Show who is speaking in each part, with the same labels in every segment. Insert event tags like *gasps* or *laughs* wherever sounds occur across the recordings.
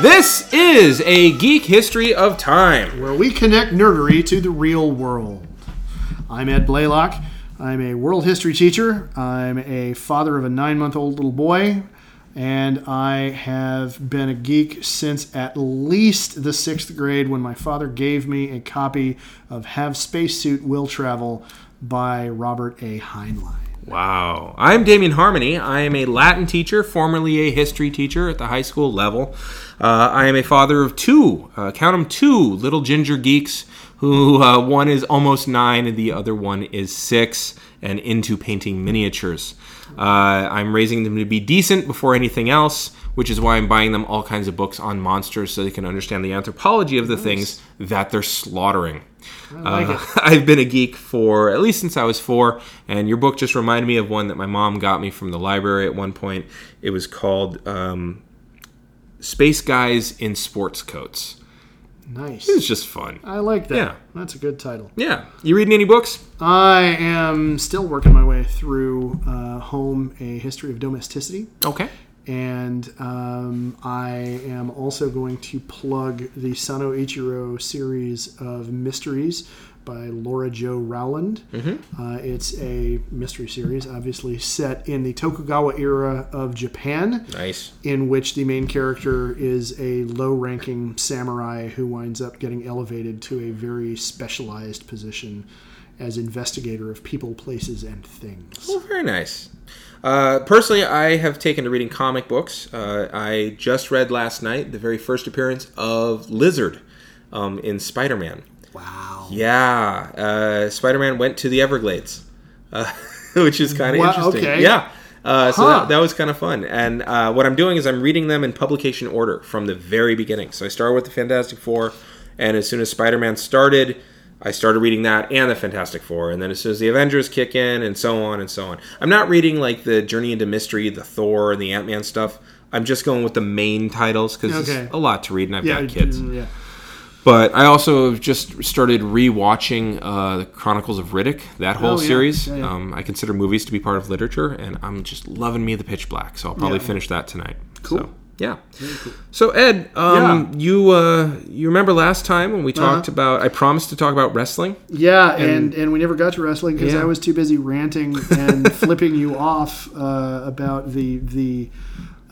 Speaker 1: This is a geek history of time.
Speaker 2: where we connect nerdery to the real world. I'm Ed Blaylock. I'm a world history teacher. I'm a father of a nine month old little boy. And I have been a geek since at least the sixth grade when my father gave me a copy of Have Spacesuit Will Travel by Robert A. Heinlein.
Speaker 1: Wow. I'm Damien Harmony. I am a Latin teacher, formerly a history teacher at the high school level. Uh, I am a father of two, uh, count 'em two, little ginger geeks who uh, one is almost nine and the other one is six and into painting miniatures. Uh, I'm raising them to be decent before anything else, which is why I'm buying them all kinds of books on monsters so they can understand the anthropology of the things that they're slaughtering.
Speaker 2: I like
Speaker 1: Uh, I've been a geek for at least since I was four, and your book just reminded me of one that my mom got me from the library at one point. It was called um, Space Guys in Sports Coats.
Speaker 2: it. Nice.
Speaker 1: It's just fun.
Speaker 2: I like that.
Speaker 1: Yeah.
Speaker 2: That's a good title.
Speaker 1: Yeah. You reading any books?
Speaker 2: I am still working my way through uh, Home, A History of Domesticity.
Speaker 1: Okay.
Speaker 2: and um, I am also going to plug the Sano Ichiro series of mysteries by Laura Jo Rowland. Uh, it's a mystery series, obviously set in the Tokugawa era of Japan,
Speaker 1: Nice.
Speaker 2: in which the main character is a low-ranking samurai who winds up getting elevated to a very specialized position as investigator of people, places, and things.
Speaker 1: Well, very nice. Uh, personally, I have taken to reading comic books. Uh, I just read last night the very first appearance of Lizard um, in Spider Man.
Speaker 2: Wow.
Speaker 1: Yeah, uh, Spider-Man went to the Everglades, uh, *laughs* which is kind of
Speaker 2: Wow,
Speaker 1: interesting.
Speaker 2: okay.
Speaker 1: Yeah, uh, so
Speaker 2: Huh.
Speaker 1: that, that was kind of fun. And uh, what I'm doing is I'm reading them in publication order from the very beginning. So I started with the Fantastic Four, and as soon as Spider-Man started, I started reading that and the Fantastic Four, and then as soon as the Avengers kick in, and so on and so on. I'm not reading like the Journey into Mystery, the Thor, and the Ant Man stuff. I'm just going with the main titles because
Speaker 2: Okay.
Speaker 1: it's a lot to read, and I've
Speaker 2: Yeah,
Speaker 1: got kids.
Speaker 2: Yeah.
Speaker 1: But I also have just started rewatching uh, the Chronicles of Riddick, that whole
Speaker 2: Oh, yeah.
Speaker 1: series.
Speaker 2: Yeah, yeah.
Speaker 1: Um, I consider movies to be part of literature, and I'm just loving me the Pitch Black. So I'll probably
Speaker 2: Yeah.
Speaker 1: finish that tonight.
Speaker 2: Cool.
Speaker 1: So, yeah. So Ed, um, you uh, you remember last time when we
Speaker 2: Uh-huh.
Speaker 1: talked about? I promised to talk about wrestling.
Speaker 2: Yeah, and, and, we never got to wrestling because
Speaker 1: Yeah.
Speaker 2: I was too busy ranting
Speaker 1: *laughs*
Speaker 2: and flipping you off uh, about the the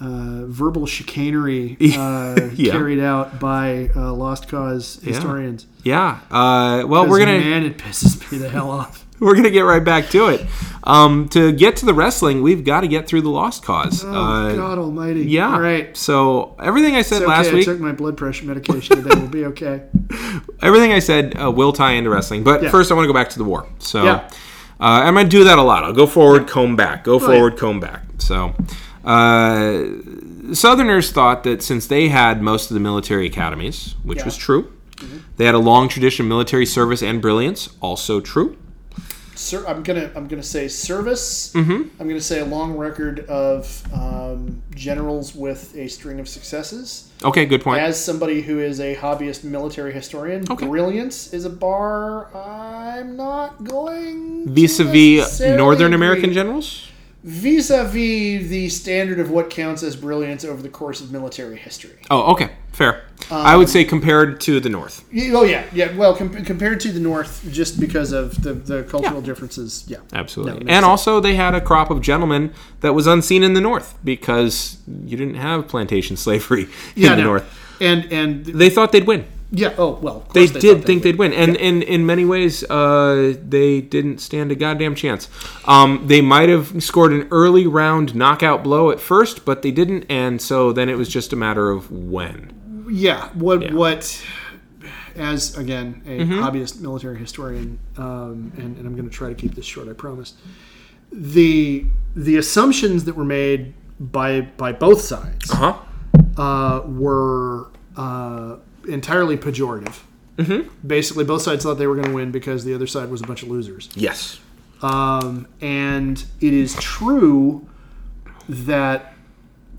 Speaker 2: uh, verbal chicanery
Speaker 1: *laughs*
Speaker 2: uh,
Speaker 1: Yeah.
Speaker 2: carried out by uh, Lost Cause historians.
Speaker 1: Yeah. Uh, well, we're
Speaker 2: 'Cause,
Speaker 1: gonna
Speaker 2: man, it pisses me the
Speaker 1: *laughs*
Speaker 2: hell off.
Speaker 1: we're gonna get right back to it. Um, to get to the wrestling, we've got to get through the Lost Cause.
Speaker 2: Oh
Speaker 1: uh,
Speaker 2: God Almighty!
Speaker 1: Yeah.
Speaker 2: All right. It's
Speaker 1: So everything I said
Speaker 2: okay.
Speaker 1: last
Speaker 2: I
Speaker 1: week.
Speaker 2: took my blood pressure medication
Speaker 1: *laughs*
Speaker 2: today. We'll be okay.
Speaker 1: everything I said uh, will tie into wrestling, but
Speaker 2: Yeah.
Speaker 1: first I want to go back to the war. So
Speaker 2: Yeah.
Speaker 1: uh, I'm going to do that a lot. I'll go forward, comb back, go forward, comb back. So uh, Southerners thought that since they had most of the military academies, which
Speaker 2: Yeah. Mm-hmm.
Speaker 1: was true, they had a long tradition of military service and brilliance, also true.
Speaker 2: Sir, I'm gonna I'm gonna say service.
Speaker 1: Mm-hmm.
Speaker 2: I'm gonna say a long record of um, generals with a string of successes.
Speaker 1: Okay, good point.
Speaker 2: As somebody who is a hobbyist military historian,
Speaker 1: Okay.
Speaker 2: brilliance is a bar I'm not going
Speaker 1: Vis-a-vis Northern American generals?
Speaker 2: vis a vis the standard of what counts as brilliance over the course of military history.
Speaker 1: Oh, okay, fair.
Speaker 2: Um,
Speaker 1: I would say compared to the North.
Speaker 2: Y- Oh yeah, yeah. Well, com- compared to the North, just because of the, the cultural differences, yeah.
Speaker 1: Absolutely.
Speaker 2: No, it
Speaker 1: and
Speaker 2: makes
Speaker 1: also, they had a crop of gentlemen that was unseen in the North because you didn't have plantation *laughs* slavery in
Speaker 2: Yeah,
Speaker 1: the
Speaker 2: no.
Speaker 1: North.
Speaker 2: And and
Speaker 1: They thought they'd win.
Speaker 2: yeah. Oh well, of
Speaker 1: They
Speaker 2: course
Speaker 1: did
Speaker 2: thought
Speaker 1: think
Speaker 2: would.
Speaker 1: they'd win. And, and in many ways, uh, they didn't stand a goddamn chance. Um, they might have scored an early round knockout blow at first, but they didn't. And so then it was just a matter of when.
Speaker 2: yeah what
Speaker 1: Yeah.
Speaker 2: what as again a hobbyist military historian um, and, and i'm going to try to keep this short i promise the the assumptions that were made by by both sides
Speaker 1: Uh huh.
Speaker 2: uh, were uh, entirely pejorative basically both sides thought they were going to win because the other side was a bunch of losers
Speaker 1: Yes.
Speaker 2: um, and it is true that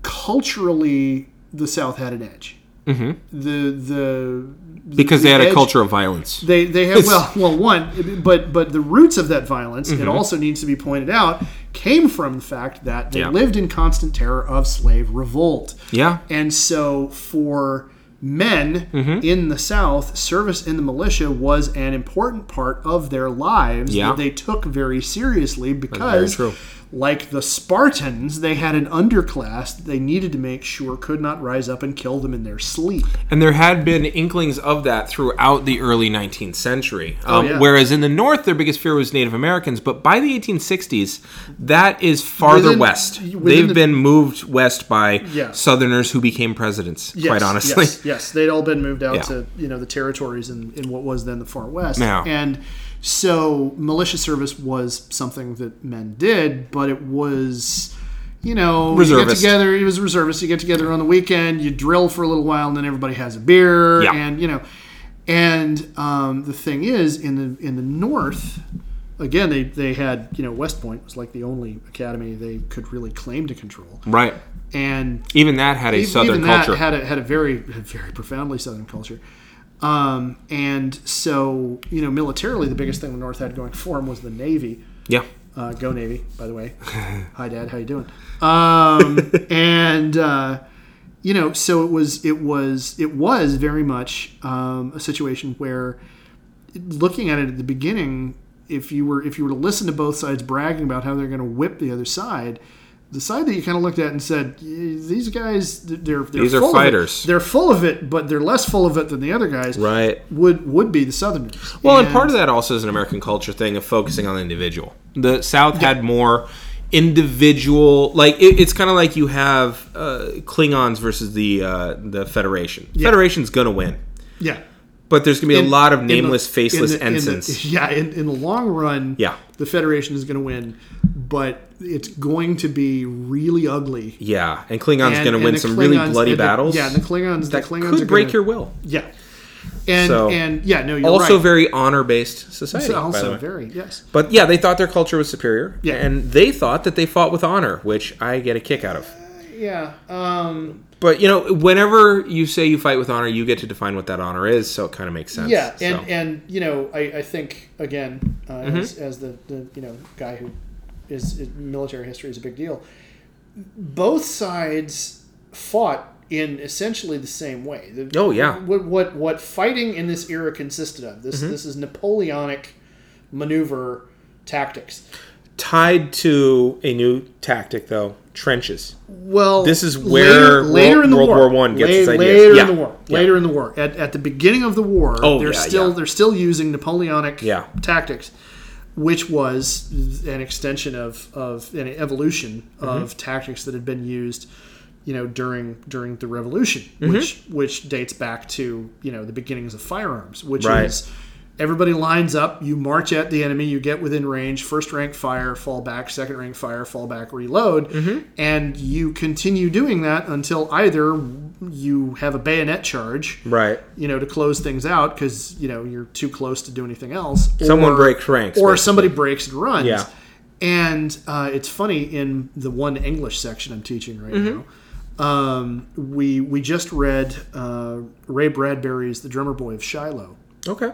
Speaker 2: culturally the south had an edge the the
Speaker 1: Mm-hmm. because
Speaker 2: the
Speaker 1: they had a
Speaker 2: edge-
Speaker 1: culture of violence.
Speaker 2: They they
Speaker 1: *laughs*
Speaker 2: have well well one but but the roots of that violence
Speaker 1: Mm-hmm.
Speaker 2: it also needs to be pointed out came from the fact that they
Speaker 1: Yeah.
Speaker 2: lived in constant terror of slave revolt.
Speaker 1: Yeah. Mm-hmm.
Speaker 2: And so for men in the South, service in the militia was an important part of their lives
Speaker 1: Yeah.
Speaker 2: that they took very seriously because,
Speaker 1: true.
Speaker 2: like the Spartans, they had an underclass that they needed to make sure could not rise up and kill them in their sleep.
Speaker 1: And there had been inklings of that throughout the early 19th century. Um,
Speaker 2: Oh, yeah.
Speaker 1: Whereas in the North, their biggest fear was Native Americans. But by the 1860s, that is farther
Speaker 2: Within-
Speaker 1: west.
Speaker 2: within
Speaker 1: They've
Speaker 2: the-
Speaker 1: been moved west by
Speaker 2: Yeah.
Speaker 1: Southerners who became presidents, quite honestly.
Speaker 2: Yes, yes. they'd all been moved out
Speaker 1: Yeah.
Speaker 2: to you know the territories in, in what was then the far west,
Speaker 1: Yeah.
Speaker 2: and so militia service was something that men did, but it was. You know,
Speaker 1: Reservist.
Speaker 2: you get together. It was reservists. You get together on the weekend. You drill for a little while, and then everybody has a beer.
Speaker 1: Yeah.
Speaker 2: And you know, and um, the thing is, in the in the north, again, they they had you know West Point was like the only academy they could really claim to control,
Speaker 1: *laughs* Right.
Speaker 2: and
Speaker 1: Even that had a
Speaker 2: even-
Speaker 1: Southern
Speaker 2: even
Speaker 1: culture.
Speaker 2: That had a had a very *laughs* very profoundly southern culture. Um, and so you know, militarily, the biggest thing the North had going for them was the Navy.
Speaker 1: yeah.
Speaker 2: Uh, go Navy, by the
Speaker 1: *laughs*
Speaker 2: way. Hi, Dad. How you doing? Um, and uh, you know, so it was it was it was very much um, a situation where, looking at it at the beginning, if you were if you were to listen to both sides bragging about how they're going to whip the other side. The side that you kind of looked at and said, "These guys, they're, they're
Speaker 1: These are
Speaker 2: full of it.
Speaker 1: fighters."
Speaker 2: They're full of it, but they're less full of it than the other guys."
Speaker 1: Right.
Speaker 2: Would would be the Southerners.
Speaker 1: Well, and, part of that also is an American culture thing of focusing on the individual. The South had more individual, like it, it's kind of like you have uh, Klingons versus the uh, the Federation. Federation's gonna win,
Speaker 2: yeah,
Speaker 1: but there's gonna be
Speaker 2: In-
Speaker 1: a lot of
Speaker 2: in the-
Speaker 1: nameless,
Speaker 2: in
Speaker 1: faceless
Speaker 2: the- in the-
Speaker 1: ensigns.
Speaker 2: yeah, in, in the long run,
Speaker 1: Yeah.
Speaker 2: the Federation is going to win, but it's going to be really ugly.
Speaker 1: yeah, and Klingons
Speaker 2: And-
Speaker 1: gonna
Speaker 2: and
Speaker 1: win
Speaker 2: the
Speaker 1: some really
Speaker 2: Klingons-
Speaker 1: bloody
Speaker 2: and the-
Speaker 1: battles.
Speaker 2: yeah, and the Klingons.
Speaker 1: that
Speaker 2: the Klingons
Speaker 1: could
Speaker 2: are
Speaker 1: break
Speaker 2: gonna,
Speaker 1: your will.
Speaker 2: yeah, and
Speaker 1: So-
Speaker 2: and yeah, no, you're
Speaker 1: Also,
Speaker 2: right.
Speaker 1: very honor based society.
Speaker 2: So
Speaker 1: by the
Speaker 2: also
Speaker 1: way.
Speaker 2: very yes.
Speaker 1: But yeah, they thought their culture was superior,
Speaker 2: Yeah.
Speaker 1: and they thought that they fought with honor, which I get a kick out of.
Speaker 2: Yeah, um,
Speaker 1: But you know, whenever you say you fight with honor, you get to define what that honor is, so it kind of makes sense.
Speaker 2: yeah,
Speaker 1: So- Mm-hmm.
Speaker 2: and and you know, I, I think again, uh, as, as the, the you know guy who is, is military history is a big deal. both sides fought in essentially the same way. The-
Speaker 1: Oh, yeah. Mm-hmm.
Speaker 2: What what what fighting in this era consisted of? This this is Napoleonic maneuver tactics.
Speaker 1: tied to a new tactic though, trenches.
Speaker 2: Well,
Speaker 1: This is where World- World War One gets its ideas.
Speaker 2: Later
Speaker 1: Yeah.
Speaker 2: in the war,
Speaker 1: Yeah.
Speaker 2: later in the war, at, at the beginning of the war,
Speaker 1: Oh,
Speaker 2: they're
Speaker 1: yeah,
Speaker 2: still
Speaker 1: yeah.
Speaker 2: they're still using Napoleonic
Speaker 1: Yeah.
Speaker 2: tactics, which was an extension of of an evolution
Speaker 1: Mm-hmm.
Speaker 2: of tactics that had been used, you know, during during the Revolution,
Speaker 1: Mm-hmm.
Speaker 2: which which dates back to you know the beginnings of firearms, which
Speaker 1: Right.
Speaker 2: is. Everybody lines up. You march at the enemy. You get within range. First rank fire, fall back. Second rank fire, fall back, reload.
Speaker 1: Mm-hmm.
Speaker 2: And you continue doing that until either you have a bayonet charge,
Speaker 1: Right.
Speaker 2: you know, to close things out because you know you're too close to do anything else.
Speaker 1: Someone
Speaker 2: or,
Speaker 1: breaks ranks.
Speaker 2: or
Speaker 1: basically.
Speaker 2: somebody breaks and runs.
Speaker 1: Yeah.
Speaker 2: And uh, it's funny in the one English section I'm teaching right
Speaker 1: Mm-hmm.
Speaker 2: now. Um, we we just read uh, Ray Bradbury's "The Drummer Boy of Shiloh."
Speaker 1: Okay.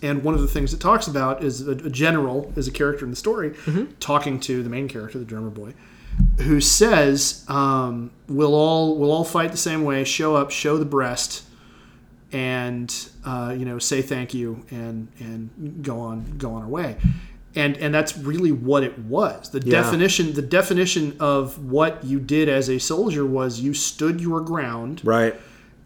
Speaker 2: And one of the things it talks about is a, a general, is a character in the story, talking to the main character, the drummer boy, who says, um, "We'll all we'll all fight the same way. Show up, show the breast, and uh, you know, say thank you, and and go on go on our way." And and that's really what it was. The
Speaker 1: Yeah.
Speaker 2: definition the definition of what you did as a soldier was you stood your ground
Speaker 1: Right.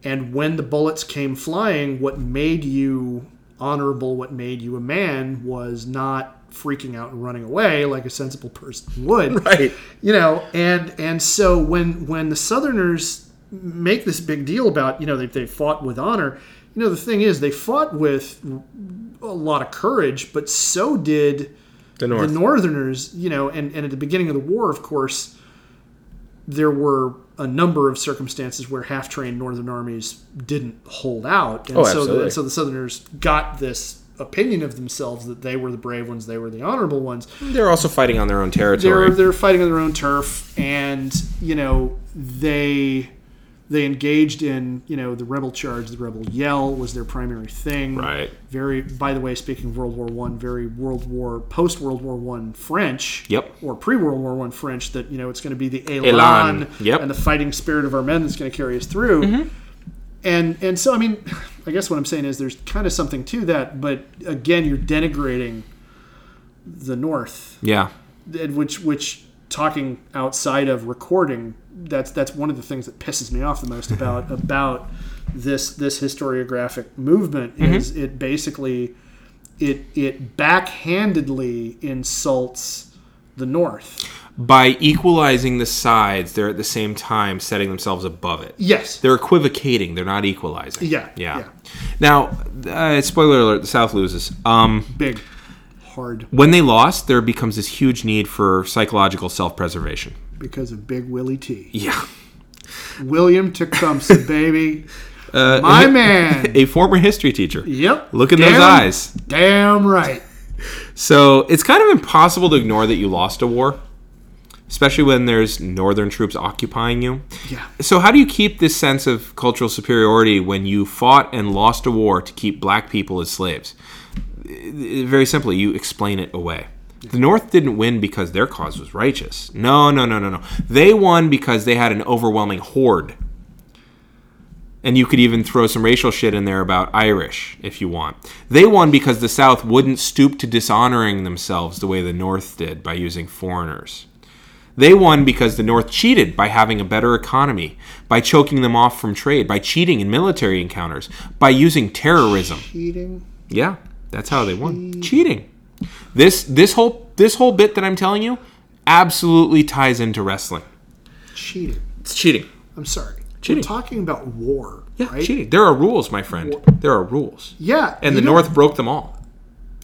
Speaker 2: and when the bullets came flying, what made you honorable, what made you a man, was not freaking out and running away like a sensible person would.
Speaker 1: *laughs* Right.
Speaker 2: You know, and and so when when the Southerners make this big deal about you know they they fought with honor, you know the thing is they fought with a lot of courage, but so did
Speaker 1: The North.
Speaker 2: the Northerners, you know, and, and at the beginning of the war, of course, there were a number of circumstances where half trained Northern armies didn't hold out. And
Speaker 1: Oh,
Speaker 2: so the,
Speaker 1: absolutely.
Speaker 2: so the Southerners got this opinion of themselves that they were the brave ones, they were the honorable ones.
Speaker 1: They're also fighting on their own
Speaker 2: They're
Speaker 1: territory.
Speaker 2: they're fighting on their own turf and, you know, they They engaged in, you know, the rebel charge, the rebel yell was their primary thing.
Speaker 1: Right.
Speaker 2: Very, by the way, speaking of World War One, very World War post World War One French.
Speaker 1: Yep.
Speaker 2: Or pre World War One French that you know it's going to be the elan,
Speaker 1: Elan, yep. Mm-hmm.
Speaker 2: and the fighting spirit of our men that's going to carry us through. And and so I mean, I guess what I'm saying is there's kind of something to that, but again, you're denigrating the North
Speaker 1: Yeah.
Speaker 2: and which which talking outside of recording that's that's one of the things that pisses me off the most
Speaker 1: *laughs*
Speaker 2: about about this this historiographic movement
Speaker 1: Mm-hmm.
Speaker 2: is it basically it it backhandedly insults the north
Speaker 1: By equalizing the sides, they're at the same time setting themselves above it.
Speaker 2: yes
Speaker 1: They're equivocating. They're not equalizing.
Speaker 2: Yeah,
Speaker 1: Yeah.
Speaker 2: yeah.
Speaker 1: Now, uh, spoiler alert: the South loses. Um,
Speaker 2: big hard
Speaker 1: when they lost, there becomes this huge need for psychological self-preservation.
Speaker 2: because of big willie t
Speaker 1: Yeah. *laughs*
Speaker 2: william tecumseh baby my man
Speaker 1: Uh, A former history teacher.
Speaker 2: yep
Speaker 1: Look in
Speaker 2: damn,
Speaker 1: those eyes.
Speaker 2: damn right
Speaker 1: So it's kind of impossible to ignore that you lost a war, especially when there's northern troops occupying you.
Speaker 2: yeah
Speaker 1: So, how do you keep this sense of cultural superiority when you fought and lost a war to keep black people as slaves? I- I- Very simply, you explain it away. The North didn't win because their cause was righteous. No, no, no, no, no. They won because they had an overwhelming horde. And you could even throw some racial shit in there about Irish if you want. They won because the South wouldn't stoop to dishonoring themselves the way the North did by using foreigners. They won because the North cheated by having a better economy, by choking them off from trade, by cheating in military encounters, by using terrorism.
Speaker 2: cheating
Speaker 1: Yeah, that's how they won. Cheating. This this whole this whole bit that I'm telling you absolutely ties into wrestling.
Speaker 2: cheating
Speaker 1: It's cheating.
Speaker 2: I'm sorry.
Speaker 1: Cheating.
Speaker 2: We're talking about war,
Speaker 1: Yeah,
Speaker 2: right?
Speaker 1: cheating. There are rules, my friend. There are rules.
Speaker 2: Yeah.
Speaker 1: And
Speaker 2: you
Speaker 1: the
Speaker 2: know,
Speaker 1: North broke them all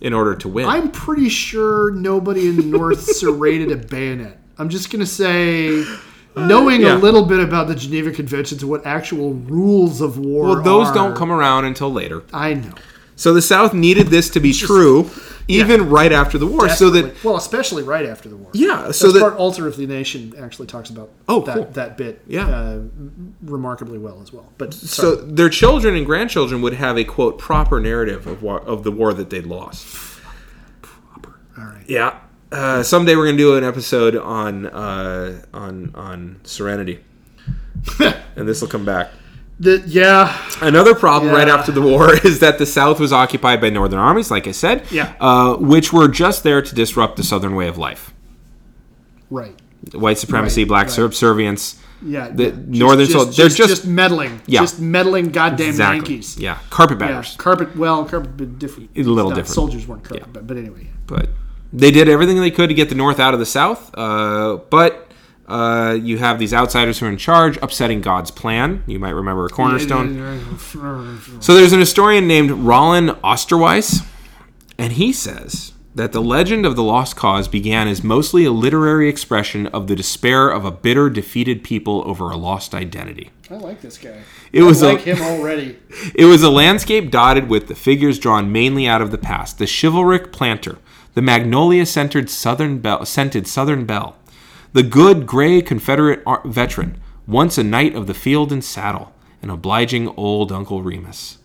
Speaker 1: in order to win.
Speaker 2: I'm pretty sure nobody in the
Speaker 1: *laughs*
Speaker 2: North serrated a bayonet. I'm just going to
Speaker 1: *gasps*
Speaker 2: say, knowing
Speaker 1: yeah.
Speaker 2: a little bit about the Geneva Conventions and what actual rules of war
Speaker 1: well, those
Speaker 2: are,
Speaker 1: don't come around until later.
Speaker 2: I know.
Speaker 1: So the South needed this to be true even right after the war so that
Speaker 2: Definitely. well, especially right after the war.
Speaker 1: yeah, so
Speaker 2: So
Speaker 1: that
Speaker 2: part Altar of the Nation actually talks about
Speaker 1: Oh,
Speaker 2: that,
Speaker 1: cool.
Speaker 2: that bit
Speaker 1: Yeah.
Speaker 2: uh, remarkably well as well. But
Speaker 1: so
Speaker 2: sorry.
Speaker 1: their children and grandchildren would have a quote proper narrative of war, of the war that they lost.
Speaker 2: all right.
Speaker 1: Yeah. Uh, someday we're gonna do an episode on uh, on on
Speaker 2: *laughs*
Speaker 1: Serenity, and this will come back.
Speaker 2: The, yeah.
Speaker 1: Another problem right
Speaker 2: Yeah.
Speaker 1: after the war *laughs* is that the South was occupied by Northern armies, like I said,
Speaker 2: Yeah.
Speaker 1: uh, which were just there to disrupt the Southern way of life,
Speaker 2: Right.
Speaker 1: white supremacy,
Speaker 2: Right,
Speaker 1: black
Speaker 2: right.
Speaker 1: subservience.
Speaker 2: Yeah,
Speaker 1: The
Speaker 2: yeah.
Speaker 1: northern
Speaker 2: just,
Speaker 1: sol-
Speaker 2: just,
Speaker 1: they're
Speaker 2: just,
Speaker 1: just-
Speaker 2: just meddling,
Speaker 1: Yeah.
Speaker 2: just meddling, goddamn Yankees.
Speaker 1: Yeah,
Speaker 2: Yeah,
Speaker 1: carpetbaggers.
Speaker 2: carpet. Well, carpet but different.
Speaker 1: A little
Speaker 2: Not-
Speaker 1: different.
Speaker 2: Soldiers weren't carpet, but, but anyway,
Speaker 1: but they did everything they could to get the North out of the South. Uh, but uh, you have these outsiders who are in charge, upsetting God's plan. You might remember a cornerstone. So there's an historian named Rollin Osterweiss, and he says that the legend of the Lost Cause began as mostly a literary expression of the despair of a bitter, defeated people over a lost identity.
Speaker 2: I like this guy.
Speaker 1: It was
Speaker 2: I
Speaker 1: a-
Speaker 2: like
Speaker 1: *laughs*
Speaker 2: him already.
Speaker 1: It was a landscape dotted with the figures drawn mainly out of the past: the chivalric planter, the magnolia-scented southern belle, scented southern belle, the good gray Confederate ar- veteran, once a knight of the field and saddle, and obliging old Uncle Remus.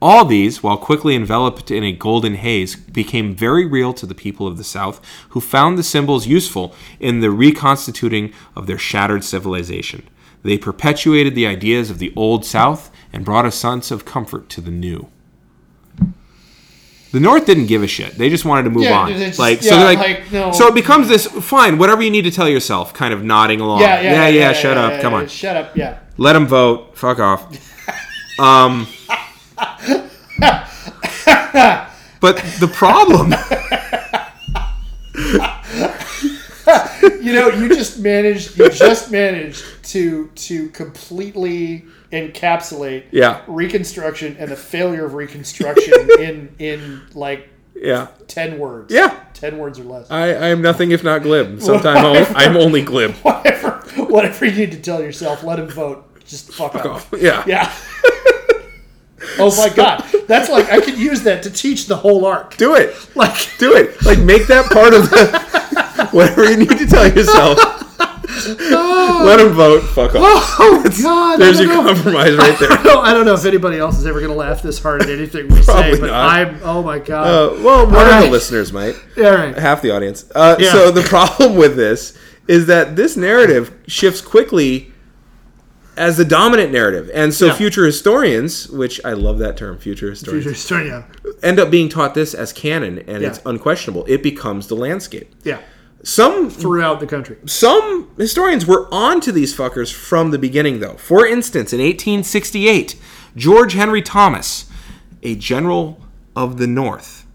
Speaker 1: All these, while quickly enveloped in a golden haze, became very real to the people of the South, who found the symbols useful in the reconstituting of their shattered civilization. They perpetuated the ideas of the old South and brought a sense of comfort to the new. The North didn't give a shit. They just wanted to move
Speaker 2: Yeah,
Speaker 1: on.
Speaker 2: they just-
Speaker 1: like so,
Speaker 2: yeah,
Speaker 1: they're like,
Speaker 2: like, no.
Speaker 1: so it becomes this fine. Whatever you need to tell yourself, kind of nodding along.
Speaker 2: Yeah, yeah, yeah.
Speaker 1: shut
Speaker 2: yeah,
Speaker 1: up.
Speaker 2: yeah,
Speaker 1: Come
Speaker 2: yeah,
Speaker 1: on.
Speaker 2: shut up. Yeah.
Speaker 1: Let them vote. Fuck off. Um, but the problem,
Speaker 2: You know, you just managed. You just managed to to completely encapsulate
Speaker 1: *laughs* yeah,
Speaker 2: Reconstruction and the failure
Speaker 1: *laughs*
Speaker 2: of Reconstruction in in like
Speaker 1: yeah,
Speaker 2: ten words.
Speaker 1: yeah.
Speaker 2: ten words or less.
Speaker 1: I, I am nothing if not glib. Sometimes I'm only glib. *laughs*
Speaker 2: whatever whatever you need to tell yourself, let him vote. Just fuck, off.
Speaker 1: Yeah.
Speaker 2: Yeah. *laughs* oh my god. That's like I could use that to teach the whole arc.
Speaker 1: do it,
Speaker 2: Like
Speaker 1: *laughs* do it. Like make that part of the whatever you need to tell yourself. Let him vote. Fuck
Speaker 2: *laughs*
Speaker 1: off.
Speaker 2: *laughs* Oh God!
Speaker 1: There's
Speaker 2: I
Speaker 1: your
Speaker 2: don't know.
Speaker 1: compromise right there.
Speaker 2: I don't, *laughs* I don't know if anybody else is ever going to laugh this hard at anything we
Speaker 1: Probably
Speaker 2: say, but
Speaker 1: not.
Speaker 2: I'm. Oh my God!
Speaker 1: Uh, well, one of the
Speaker 2: right.
Speaker 1: listeners might.
Speaker 2: All right.
Speaker 1: half the audience. Uh,
Speaker 2: Yeah.
Speaker 1: So the *laughs* problem with this is that this narrative shifts quickly as the dominant narrative, and so
Speaker 2: Yeah.
Speaker 1: future historians, which I love that term, future historians,
Speaker 2: Future story, Yeah.
Speaker 1: end up being taught this as canon, and
Speaker 2: Yeah.
Speaker 1: it's unquestionable. It becomes the landscape.
Speaker 2: Yeah.
Speaker 1: Some
Speaker 2: Throughout the country. *laughs*
Speaker 1: some historians were on to these fuckers from the beginning, though. For instance, in 1868, George Henry Thomas, a general of the North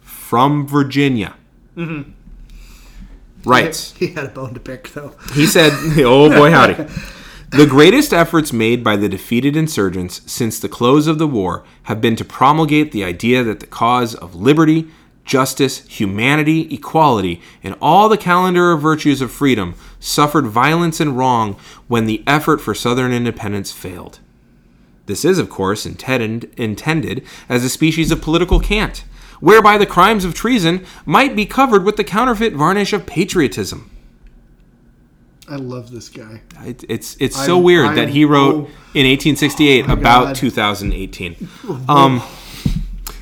Speaker 1: from Virginia, writes.
Speaker 2: He had a bone to pick, though.
Speaker 1: He said, *laughs* "Oh boy, howdy." The greatest efforts made by the defeated insurgents since the close of the war have been to promulgate the idea that the cause of liberty, justice, humanity, equality, and all the calendar of virtues of freedom suffered violence and wrong when the effort for Southern independence failed. This is, of course, intended, intended as a species of political cant, whereby the crimes of treason might be covered with the counterfeit varnish of patriotism.
Speaker 2: I love this guy.
Speaker 1: It, it's it's so
Speaker 2: I'm-
Speaker 1: weird
Speaker 2: I'm-
Speaker 1: that he wrote
Speaker 2: oh.
Speaker 1: in 1868 about
Speaker 2: God. Oh,
Speaker 1: 2018. Um,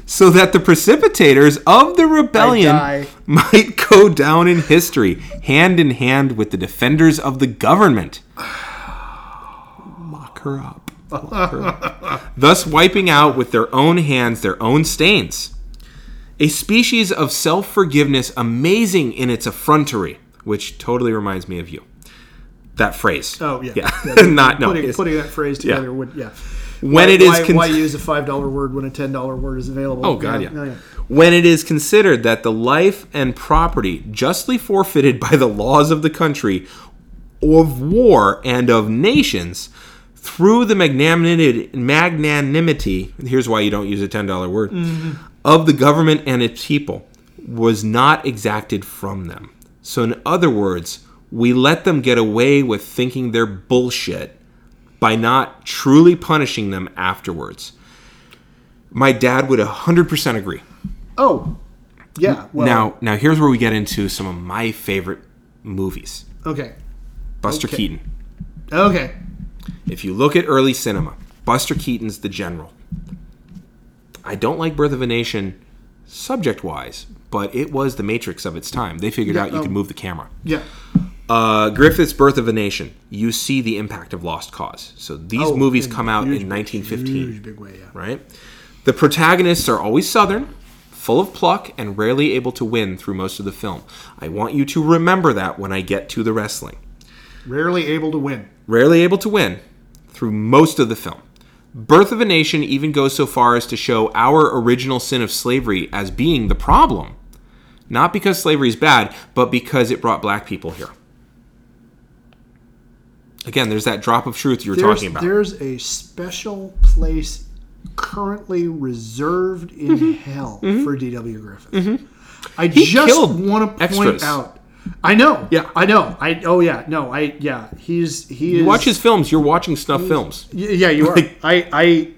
Speaker 1: so that the precipitators of the rebellion
Speaker 2: die.
Speaker 1: *laughs* might go down in history, hand in hand with the defenders of the government. Lock her up. Lock her up. Thus wiping out with their own hands their own stains. A species of self forgiveness amazing in its effrontery, which totally reminds me of you. That phrase.
Speaker 2: Oh yeah.
Speaker 1: Yeah. *laughs* Not no.
Speaker 2: Putting,
Speaker 1: it's-
Speaker 2: putting that phrase together would yeah.
Speaker 1: when it is
Speaker 2: why,
Speaker 1: con-
Speaker 2: why use a five dollar word when a ten dollar word is available?
Speaker 1: oh god, yeah.
Speaker 2: yeah. no, yeah.
Speaker 1: When it is considered that the life and property justly forfeited by the laws of the country, of war and of nations, through the magnanimity, magnanimity here's why you don't use a ten dollar word
Speaker 2: Mm-hmm.
Speaker 1: of the government and its people was not exacted from them. So in other words, we let them get away with thinking they're bullshit by not truly punishing them afterwards. My dad would 100% agree.
Speaker 2: Oh, yeah. Well,
Speaker 1: Now, now here's where we get into some of my favorite movies.
Speaker 2: okay,
Speaker 1: Buster
Speaker 2: Okay.
Speaker 1: Keaton.
Speaker 2: okay.
Speaker 1: If you look at early cinema, Buster Keaton's the general. I don't like Birth of a Nation subject wise, but it was the matrix of its time. They figured
Speaker 2: Yeah,
Speaker 1: out you
Speaker 2: um,
Speaker 1: could move the camera.
Speaker 2: Yeah.
Speaker 1: Uh, Griffith's Birth of a Nation, you see the impact of Lost Cause. So these
Speaker 2: Oh,
Speaker 1: movies
Speaker 2: in
Speaker 1: come out
Speaker 2: huge-
Speaker 1: in 1915.
Speaker 2: Huge big way. Yeah.
Speaker 1: right? The protagonists are always Southern, full of pluck, and rarely able to win through most of the film. I want you to remember that when I get to the wrestling.
Speaker 2: Rarely able to win.
Speaker 1: Rarely able to win through most of the film. Birth of a Nation even goes so far as to show our original sin of slavery as being the problem. Not because slavery is bad, but because it brought black people here. Again, there's that drop of truth you were
Speaker 2: There's,
Speaker 1: talking about.
Speaker 2: there's a special place currently reserved in
Speaker 1: Mm-hmm.
Speaker 2: hell for D.W. Griffith. I just
Speaker 1: killed
Speaker 2: want to point
Speaker 1: extras.
Speaker 2: out. I know.
Speaker 1: Yeah.
Speaker 2: I know. I oh yeah. No, I yeah. He's he
Speaker 1: you
Speaker 2: is
Speaker 1: watch his films, you're watching snuff films.
Speaker 2: Y- Yeah, you are. I, I,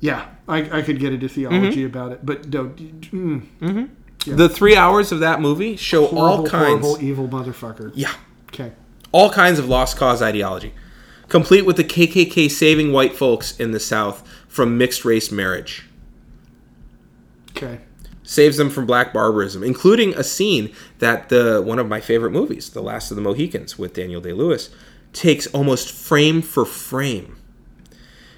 Speaker 2: yeah, I, I could get into theology
Speaker 1: Mm-hmm.
Speaker 2: about it, but don't. Mm,
Speaker 1: The three hours of that movie show all
Speaker 2: horrible,
Speaker 1: kinds,
Speaker 2: horrible, evil motherfucker.
Speaker 1: e-, yeah,
Speaker 2: Okay.
Speaker 1: all kinds of lost cause ideology, complete with the KKK saving white folks in the South from mixed race marriage,
Speaker 2: Okay.
Speaker 1: saves them from black barbarism, including a scene that the one of my favorite movies, The Last of the Mohicans, with Daniel Day Lewis, takes almost frame for frame.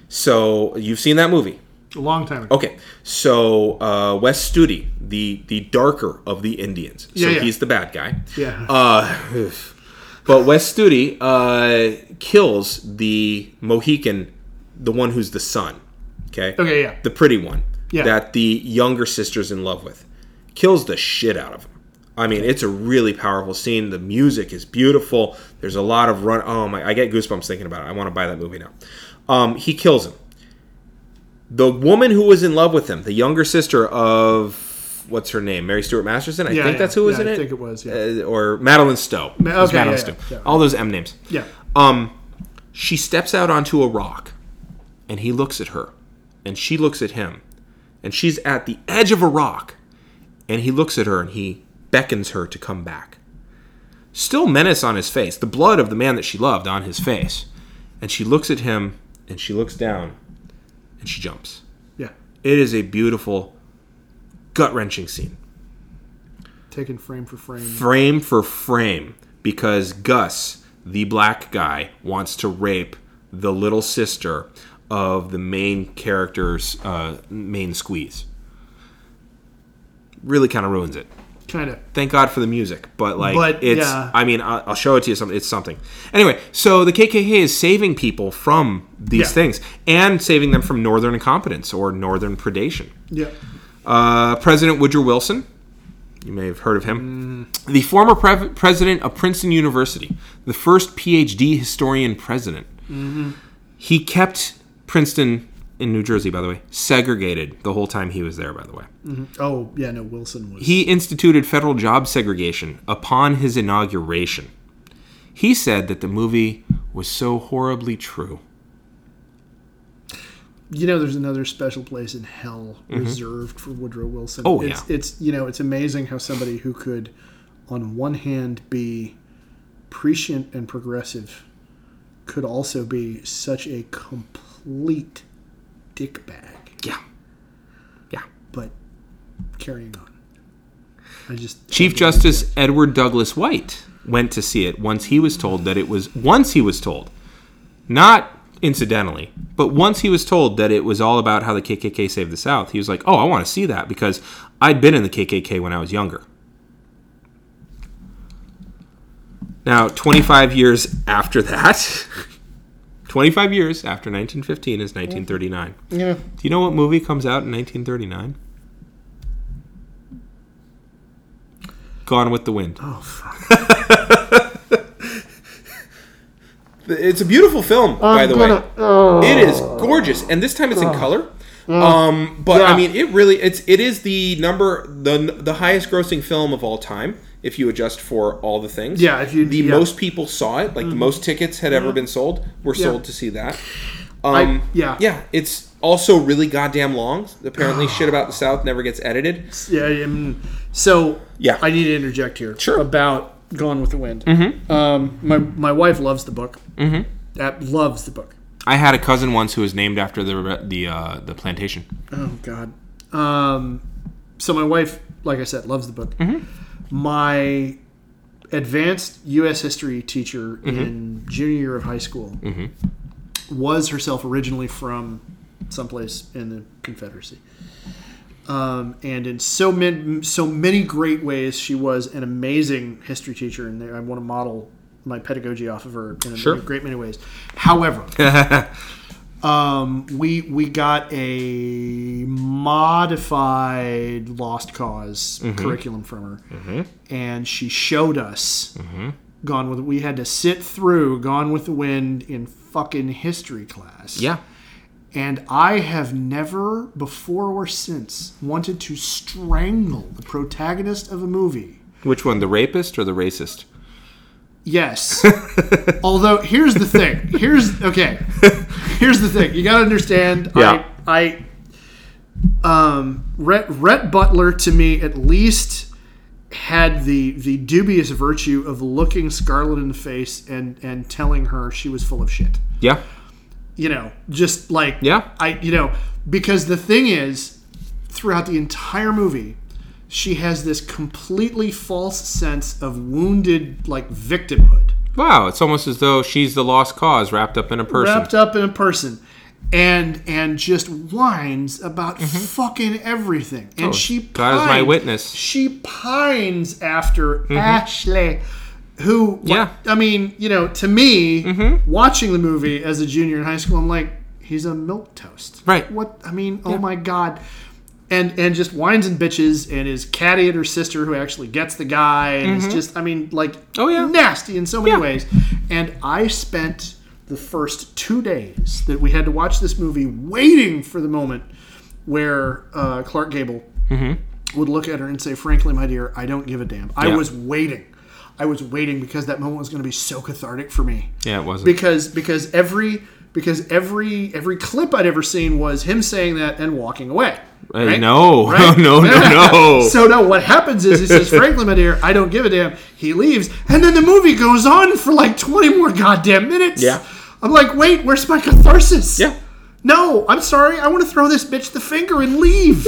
Speaker 1: So you've seen that movie.
Speaker 2: A long time ago.
Speaker 1: Okay, so uh, Wes Studi, the the darker of the Indians, so
Speaker 2: Yeah, yeah.
Speaker 1: he's the bad guy.
Speaker 2: Yeah.
Speaker 1: Oh. Uh, *sighs* but Wes Studi uh, kills the Mohican, the one who's the son. Okay.
Speaker 2: okay. Yeah.
Speaker 1: The pretty one
Speaker 2: Yeah.
Speaker 1: that the younger sister's in love with, kills the shit out of him. I mean, it's a really powerful scene. The music is beautiful. There's a lot of run. Oh my! I get goosebumps thinking about it. I want to buy that movie now. Um, he kills him. The woman who was in love with him, the younger sister of what's her name, Mary Stuart Masterson. I
Speaker 2: Yeah,
Speaker 1: think
Speaker 2: yeah.
Speaker 1: that's who was
Speaker 2: Yeah,
Speaker 1: in
Speaker 2: I
Speaker 1: it.
Speaker 2: think it was, yeah.
Speaker 1: Uh, or Madeline Stowe. It was
Speaker 2: okay,
Speaker 1: Madeline
Speaker 2: yeah,
Speaker 1: Stowe.
Speaker 2: yeah, yeah.
Speaker 1: All those M names.
Speaker 2: Yeah.
Speaker 1: Um, she steps out onto a rock, and he looks at her, and she looks at him, and she's at the edge of a rock, and he looks at her and he beckons her to come back. still menace on his face, the blood of the man that she loved on his face. And she looks at him and she looks down and she jumps.
Speaker 2: Yeah.
Speaker 1: It is a beautiful, gut wrenching scene,
Speaker 2: Taken frame for frame.
Speaker 1: frame for frame, because Gus, the black guy, wants to rape the little sister of the main character's uh, main squeeze. Really kind of ruins it.
Speaker 2: Kind of.
Speaker 1: Thank God for the music, but like
Speaker 2: But,
Speaker 1: it's.
Speaker 2: yeah.
Speaker 1: I mean, I'll, I'll show it to you. Something. It's something. Anyway, so the KKK is saving people from these
Speaker 2: Yeah.
Speaker 1: things and saving them from northern incompetence or northern predation.
Speaker 2: Yeah.
Speaker 1: Uh, President Woodrow Wilson, you may have heard of him, the former pre- president of Princeton University, the first PhD historian president. He kept Princeton in New Jersey, by the way, segregated the whole time he was there. By the way.
Speaker 2: Oh, yeah, no, Wilson was.
Speaker 1: He instituted federal job segregation upon his inauguration. He said that the movie was so horribly true.
Speaker 2: you know, there's another special place in hell reserved for Woodrow Wilson.
Speaker 1: Mm-hmm. Oh,
Speaker 2: it's, It's, you know, it's amazing how somebody who could, on one hand, be prescient and progressive could also be such a complete dickbag,
Speaker 1: Yeah. Yeah.
Speaker 2: but carrying on. I just.
Speaker 1: Chief Justice Edward Douglas White went to see it once he was told that it was once he was told, not incidentally, but once he was told that it was all about how the KKK saved the South, he was like, "Oh, I want to see that because I'd been in the KKK when I was younger." Now, 25 years after that, *laughs* 25 years after 1915 is 1939.
Speaker 2: Yeah.
Speaker 1: Do you know what movie comes out in 1939? Gone with the Wind.
Speaker 2: Oh, fuck.
Speaker 1: It's a beautiful film, by the way.
Speaker 2: Oh.
Speaker 1: It is gorgeous, and this time it's in color. Um, but I
Speaker 2: Mm. Yeah.
Speaker 1: mean, it really it's it is the number the the highest grossing film of all time if you adjust for all the things.
Speaker 2: Yeah, if you-
Speaker 1: the
Speaker 2: yeah. Mm-hmm.
Speaker 1: most people saw it, like the most tickets had ever been sold were sold to see that. Um,
Speaker 2: yeah.
Speaker 1: yeah, it's also really goddamn long.
Speaker 2: *gasps*
Speaker 1: Apparently, shit about the South never gets edited.
Speaker 2: Yeah. um, so
Speaker 1: Yeah.
Speaker 2: I need to interject here.
Speaker 1: Sure. Mm-hmm.
Speaker 2: About Gone with the Wind. Um, my my wife loves the book. Mm-hmm. That loves the book.
Speaker 1: I had a cousin once who was named after the the uh, the plantation.
Speaker 2: Oh God. Um, so my wife, like I said, loves the book.
Speaker 1: Mm-hmm.
Speaker 2: My advanced U.S. history teacher
Speaker 1: Mm-hmm.
Speaker 2: in junior year of high school was herself originally from someplace in the Confederacy. Um, and in so many, so many great ways, she was an amazing history teacher, and I want to model my pedagogy off of her in a
Speaker 1: Sure.
Speaker 2: great many ways. However, um, we we got a modified Lost because curriculum from her, and she showed us Gone with. We had to sit through Gone with the Wind in fucking history class.
Speaker 1: Yeah.
Speaker 2: and I have never before or since wanted to strangle the protagonist of a movie.
Speaker 1: Which one, the rapist or the racist?
Speaker 2: Yes.
Speaker 1: *laughs*
Speaker 2: Although here's the thing. Here's okay. Here's the thing. You gotta understand.
Speaker 1: Yeah.
Speaker 2: I, I um Rhett, Rhett Butler to me at least had the the dubious virtue of looking Scarlett in the face and and telling her she was full of shit.
Speaker 1: Yeah.
Speaker 2: You know, just like
Speaker 1: Yeah.
Speaker 2: I you know because the thing is throughout the entire movie she has this completely false sense of wounded like victimhood.
Speaker 1: Wow, it's almost as though she's the lost cause wrapped up in a person.
Speaker 2: wrapped up in a person and and just whines about fucking everything and she
Speaker 1: Mm-hmm. Oh, God is my witness. Mm-hmm.
Speaker 2: she pines after ashley who
Speaker 1: Yeah. Mm-hmm.
Speaker 2: i mean you know to me watching the movie as a junior in high school i'm like he's a milk toast
Speaker 1: Right.
Speaker 2: what i mean oh my god and and just whines and bitches and is catty at her sister who actually gets the guy and it's just I mean like
Speaker 1: Mm-hmm. Oh, yeah.
Speaker 2: nasty in so many
Speaker 1: Yeah.
Speaker 2: ways. And I spent the first two days that we had to watch this movie waiting for the moment where uh, Clark Gable would look at her and say, "Frankly, my dear, I don't give a damn." I
Speaker 1: Mm-hmm. Yeah.
Speaker 2: was waiting. I was waiting because that moment was going to be so cathartic for me
Speaker 1: Yeah, it wasn't.
Speaker 2: because because every because every every clip I'd ever seen was him saying that and walking away.
Speaker 1: Uh,
Speaker 2: right?
Speaker 1: No, *laughs*
Speaker 2: Right?
Speaker 1: no, no, no.
Speaker 2: so no, what happens is he says, "Franklin, my dear, I don't give a damn." He leaves, and then the movie goes on for like twenty more goddamn minutes.
Speaker 1: Yeah.
Speaker 2: I'm like, wait, where's my catharsis?
Speaker 1: Yeah.
Speaker 2: No, I'm sorry. I want to throw this bitch the finger
Speaker 1: *laughs*
Speaker 2: and leave.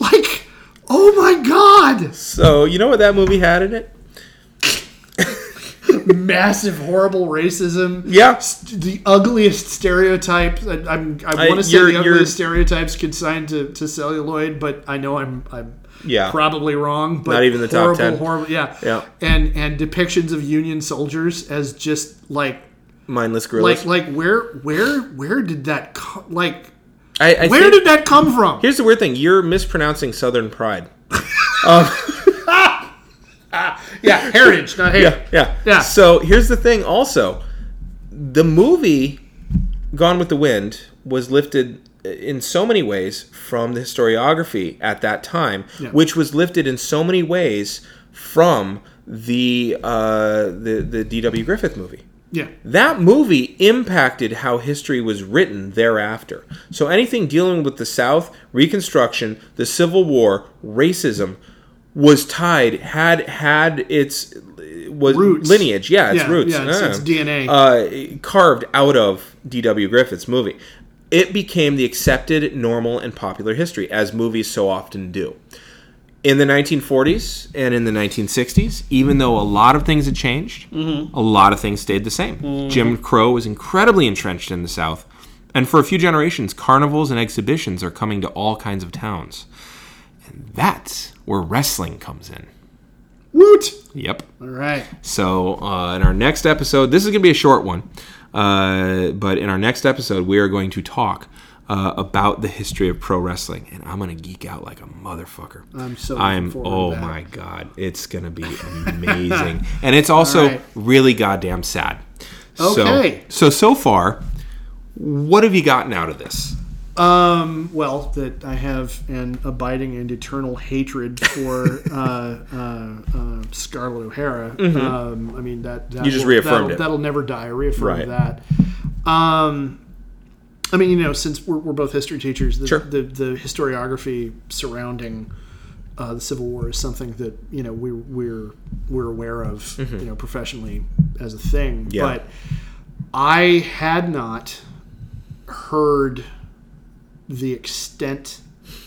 Speaker 2: like, oh my god,
Speaker 1: So you know what that movie had in it?
Speaker 2: massive, horrible racism.
Speaker 1: Yeah.
Speaker 2: St- the ugliest stereotypes. I, I'm, I
Speaker 1: I-
Speaker 2: want to say
Speaker 1: you're-
Speaker 2: the
Speaker 1: you're-
Speaker 2: ugliest stereotypes consigned to, to celluloid, but I know I'm I'm
Speaker 1: Yeah.
Speaker 2: probably wrong. But
Speaker 1: Not even the top
Speaker 2: horrible,
Speaker 1: 10.
Speaker 2: Horrible, yeah,
Speaker 1: Yeah.
Speaker 2: And and depictions of Union soldiers as just like
Speaker 1: Mindless gorillas.
Speaker 2: like like where where where did that co- like
Speaker 1: I, I
Speaker 2: where
Speaker 1: think-
Speaker 2: did that come from?
Speaker 1: Here's the weird thing: you're mispronouncing Southern *laughs* pride. Um,
Speaker 2: Yeah, heritage, not hate.
Speaker 1: yeah,
Speaker 2: Yeah.
Speaker 1: So here's the thing. Also, the movie Gone with the Wind was lifted uh, in so many ways from the historiography at that time, which was lifted in so many ways from the uh, the the D.W. Griffith movie.
Speaker 2: yeah.
Speaker 1: That movie impacted how history was written thereafter. So anything dealing with the South, Reconstruction, the Civil War, racism was tied had had its was
Speaker 2: Roots.
Speaker 1: lineage, yeah, its
Speaker 2: Yeah,
Speaker 1: roots,
Speaker 2: yeah, it's- it's DNA.
Speaker 1: uh, carved out of D.W. Griffith's movie. It became the accepted, normal, and popular history as movies so often do in the 1940s and in the 1960s, even though a lot of things had changed,
Speaker 2: Mm-hmm.
Speaker 1: a lot of things stayed the same.
Speaker 2: Mm.
Speaker 1: Jim Crow was incredibly entrenched in the South, and for a few generations, carnivals and exhibitions are coming to all kinds of towns. And that's where wrestling comes in.
Speaker 2: Woot.
Speaker 1: Yep.
Speaker 2: All right.
Speaker 1: So, uh, in our next episode, this is going to be a short one, uh, but in our next episode, we are going to talk uh, about the history of pro wrestling, and I'm going to geek out like a motherfucker.
Speaker 2: I'm so. looking
Speaker 1: I'm
Speaker 2: forward to
Speaker 1: oh
Speaker 2: that.
Speaker 1: my god, it's gonna be amazing, *laughs* and it's also
Speaker 2: right.
Speaker 1: really goddamn sad.
Speaker 2: Okay.
Speaker 1: So, so so far, what have you gotten out of this?
Speaker 2: Um, well, that I have an abiding and eternal hatred
Speaker 1: *laughs*
Speaker 2: for uh, uh, uh, Scarlett O'Hara. Um, I mean that, that
Speaker 1: Mm-hmm. You just
Speaker 2: will-
Speaker 1: reaffirmed
Speaker 2: that'll,
Speaker 1: it.
Speaker 2: That'll never die. I reaffirmed
Speaker 1: Right.
Speaker 2: that. Um, I mean, you know, since we're, we're both history teachers, the,
Speaker 1: Sure.
Speaker 2: the, the historiography surrounding uh, the Civil War is something that you know we, we're we're aware of, you know, professionally as a thing.
Speaker 1: Mm-hmm. Yeah.
Speaker 2: But I had not heard the extent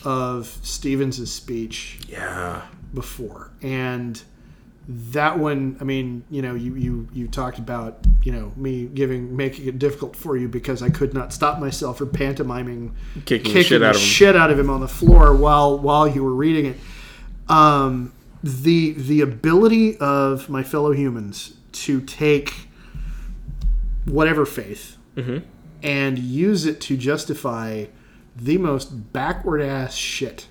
Speaker 2: of Stevens' speech
Speaker 1: Yeah,
Speaker 2: before, and that one, I mean, you know, you you you talked about you know me giving making it difficult for you because I could not stop myself from pantomiming
Speaker 1: kicking, the
Speaker 2: kicking
Speaker 1: shit out
Speaker 2: the
Speaker 1: of him.
Speaker 2: shit out of him on the floor while while you were reading it. Um, the the ability of my fellow humans to take whatever faith and use it to justify the most backward ass *laughs* shit.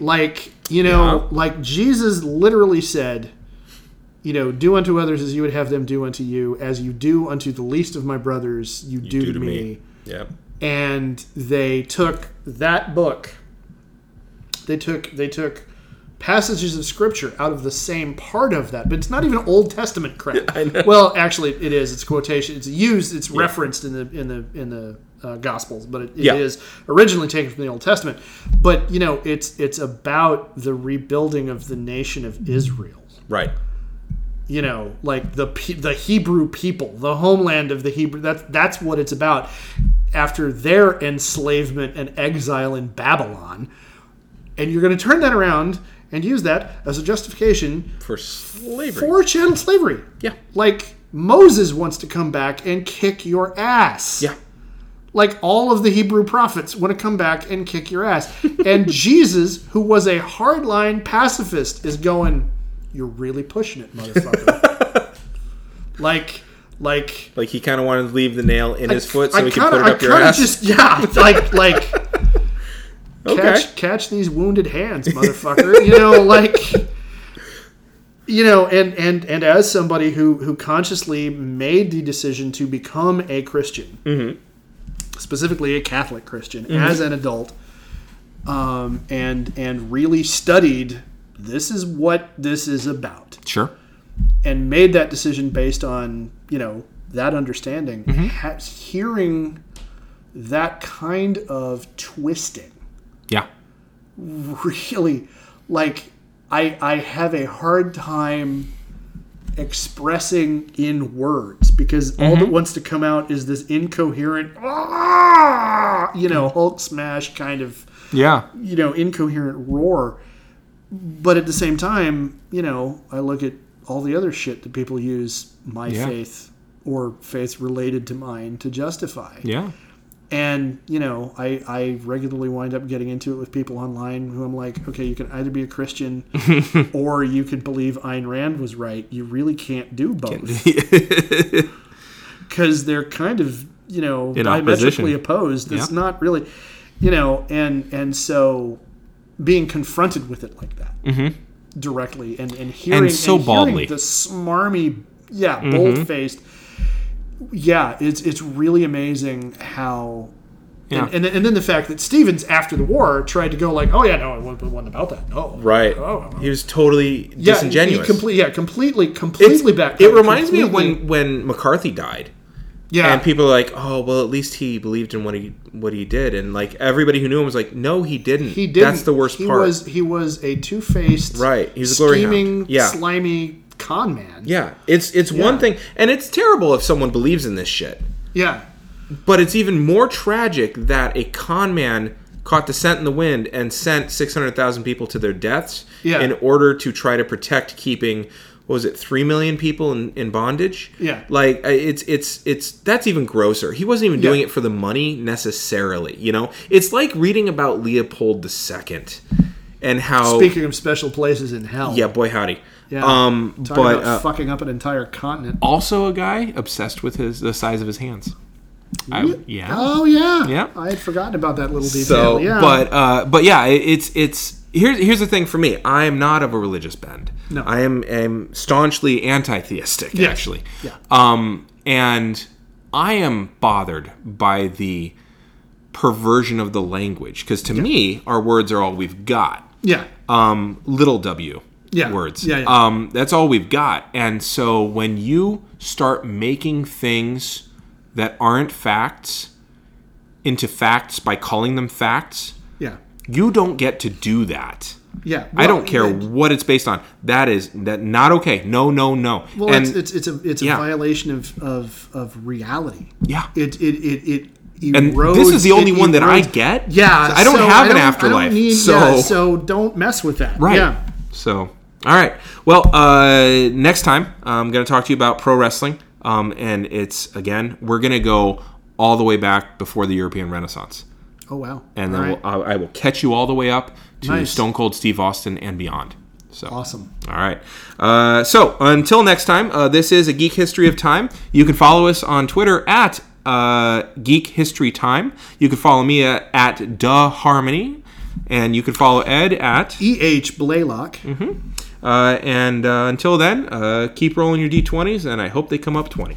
Speaker 2: like you know, like Jesus literally said. You know, do unto others as you would have them do unto you, as you do unto the least of my brothers, you, do, to me
Speaker 1: Yeah,
Speaker 2: and they took that book they took they took passages of scripture out of the same part of that but it's not even old testament crap
Speaker 1: I know.
Speaker 2: well actually it is it's quotation it's used it's referenced in the in the in the uh, gospels but it, it is
Speaker 1: Yeah.
Speaker 2: originally taken from the old testament but you know it's it's about the rebuilding of the nation of israel
Speaker 1: right.
Speaker 2: you know, like the pe- the Hebrew people, the homeland of the Hebrew. That's that's what it's about. After their enslavement and exile in Babylon, and you're going to turn that around and use that as a justification
Speaker 1: For slavery.
Speaker 2: for chattel slavery.
Speaker 1: yeah,
Speaker 2: Like Moses wants to come back and kick your ass.
Speaker 1: yeah,
Speaker 2: Like all of the Hebrew prophets want to come back and kick your ass. and Jesus, who was a hardline pacifist, is going, You're really pushing it, motherfucker. like, like,
Speaker 1: like he kind of wanted to leave the nail in his foot so
Speaker 2: I
Speaker 1: he could
Speaker 2: kinda-
Speaker 1: put it
Speaker 2: I
Speaker 1: up your
Speaker 2: kinda
Speaker 1: ass.
Speaker 2: just, yeah, like, like,
Speaker 1: okay.
Speaker 2: catch, catch these wounded hands, motherfucker. you know, like, you know, and and and as somebody who who consciously made the decision to become a Christian, specifically a Catholic Christian, as an adult, um, and and really studied. This is what this is about
Speaker 1: Sure.
Speaker 2: and made that decision based on you know that understanding, ha- hearing that kind of twisting
Speaker 1: Yeah.
Speaker 2: really like I I have a hard time expressing in words because all that wants to come out is this incoherent "Ah!" you know Hulk smash kind of
Speaker 1: Yeah.
Speaker 2: you know incoherent roar but at the same time you know I look at all the other shit that people use my
Speaker 1: Yeah.
Speaker 2: faith or faith related to mine to justify
Speaker 1: Yeah.
Speaker 2: and you know I, I regularly wind up getting into it with people online who i'm like okay you can either be a *laughs* christian or you could believe ayn rand was right you really can't do both because they're kind of you know
Speaker 1: In opposition.
Speaker 2: diametrically opposed it's
Speaker 1: Yeah.
Speaker 2: not really you know and and so being confronted with it like that directly and and hearing
Speaker 1: Mm-hmm. so Mm-hmm.
Speaker 2: hearing
Speaker 1: baldly.
Speaker 2: the smarmy yeah bold faced yeah it's it's really amazing how
Speaker 1: Yeah.
Speaker 2: and, and, and then the fact that Stevens, after the war, tried to go like, oh yeah, no, it wasn't it wasn't about that. No,
Speaker 1: *laughs* Right.
Speaker 2: Oh,
Speaker 1: He was totally
Speaker 2: yeah,
Speaker 1: disingenuous.
Speaker 2: He comple- yeah, completely, completely back.
Speaker 1: it reminds me of
Speaker 2: completely- Ah.
Speaker 1: when, when McCarthy died.
Speaker 2: yeah,
Speaker 1: And people are like, oh, well, at least he believed in what he what he did, and like everybody who knew him was like, no, he didn't.
Speaker 2: he did.
Speaker 1: That's the worst
Speaker 2: he
Speaker 1: part.
Speaker 2: Was, he was a two faced,
Speaker 1: Right, he's a glory hound.
Speaker 2: scheming,
Speaker 1: Yeah.
Speaker 2: slimy con man.
Speaker 1: yeah, it's it's one thing, and it's terrible if someone believes in this shit.
Speaker 2: yeah,
Speaker 1: But it's even more tragic that a con man caught the scent in the wind and sent six hundred thousand people to their deaths
Speaker 2: Yeah.
Speaker 1: in order to try to protect keeping. What was it three million people in, in bondage?
Speaker 2: Yeah.
Speaker 1: like I- it's it's it's that's even grosser. He wasn't even doing
Speaker 2: Yeah.
Speaker 1: it for the money necessarily. You know, it's like reading about Leopold II and how
Speaker 2: Speaking of special places in hell,
Speaker 1: yeah, boy howdy.
Speaker 2: yeah.
Speaker 1: Um,
Speaker 2: Talking
Speaker 1: but
Speaker 2: about
Speaker 1: uh,
Speaker 2: fucking up an entire continent.
Speaker 1: also a guy obsessed with his the size of his hands. I, yeah.
Speaker 2: Oh yeah,
Speaker 1: Yeah.
Speaker 2: I had forgotten about that little
Speaker 1: So,
Speaker 2: detail. yeah,
Speaker 1: but uh, but yeah, it, it's it's here's here's the thing for me. I am not of a religious bend.
Speaker 2: No.
Speaker 1: I am am staunchly anti-theistic
Speaker 2: Yes.
Speaker 1: actually.
Speaker 2: Yeah.
Speaker 1: Um, and I am bothered by the perversion of the language because to me, our words are all we've got.
Speaker 2: yeah,
Speaker 1: Um, little w
Speaker 2: Yeah.
Speaker 1: words.
Speaker 2: Yeah, yeah.
Speaker 1: Um, that's all we've got. And so when you start making things that aren't facts into facts by calling them facts,
Speaker 2: yeah,
Speaker 1: you don't get to do that.
Speaker 2: yeah.
Speaker 1: I don't
Speaker 2: Well,
Speaker 1: care
Speaker 2: it-
Speaker 1: what it's based on. That is that not okay. No, no, no.
Speaker 2: Well,
Speaker 1: and
Speaker 2: it's, it's it's a it's a
Speaker 1: yeah.
Speaker 2: violation of, of of reality.
Speaker 1: yeah.
Speaker 2: It it it it.
Speaker 1: And
Speaker 2: erodes-
Speaker 1: this is the
Speaker 2: it
Speaker 1: only one that I
Speaker 2: erodes-
Speaker 1: get.
Speaker 2: Yeah,
Speaker 1: I don't
Speaker 2: so
Speaker 1: have an
Speaker 2: I don't
Speaker 1: afterlife.
Speaker 2: need-
Speaker 1: so
Speaker 2: yeah, so don't mess with that.
Speaker 1: Right.
Speaker 2: Yeah.
Speaker 1: So, all right. Well, uh, next time I'm going to talk to you about pro wrestling. Um, and it's, again, we're going to go all the way back before the European Renaissance.
Speaker 2: Oh wow.
Speaker 1: And then
Speaker 2: All right.
Speaker 1: we'll, I, I will catch you all the way up to
Speaker 2: Nice.
Speaker 1: Stone Cold Steve Austin and beyond. So,
Speaker 2: awesome.
Speaker 1: all right. Uh, so until next time, uh, this is a Geek History of Time. You can follow us on Twitter at uh, Geek History Time. You can follow me uh, at Duh Harmony, and you can follow Ed at.
Speaker 2: E. H. Blaylock.
Speaker 1: Uh, and uh, until then, uh, keep rolling your d20s, and I hope they come up 20.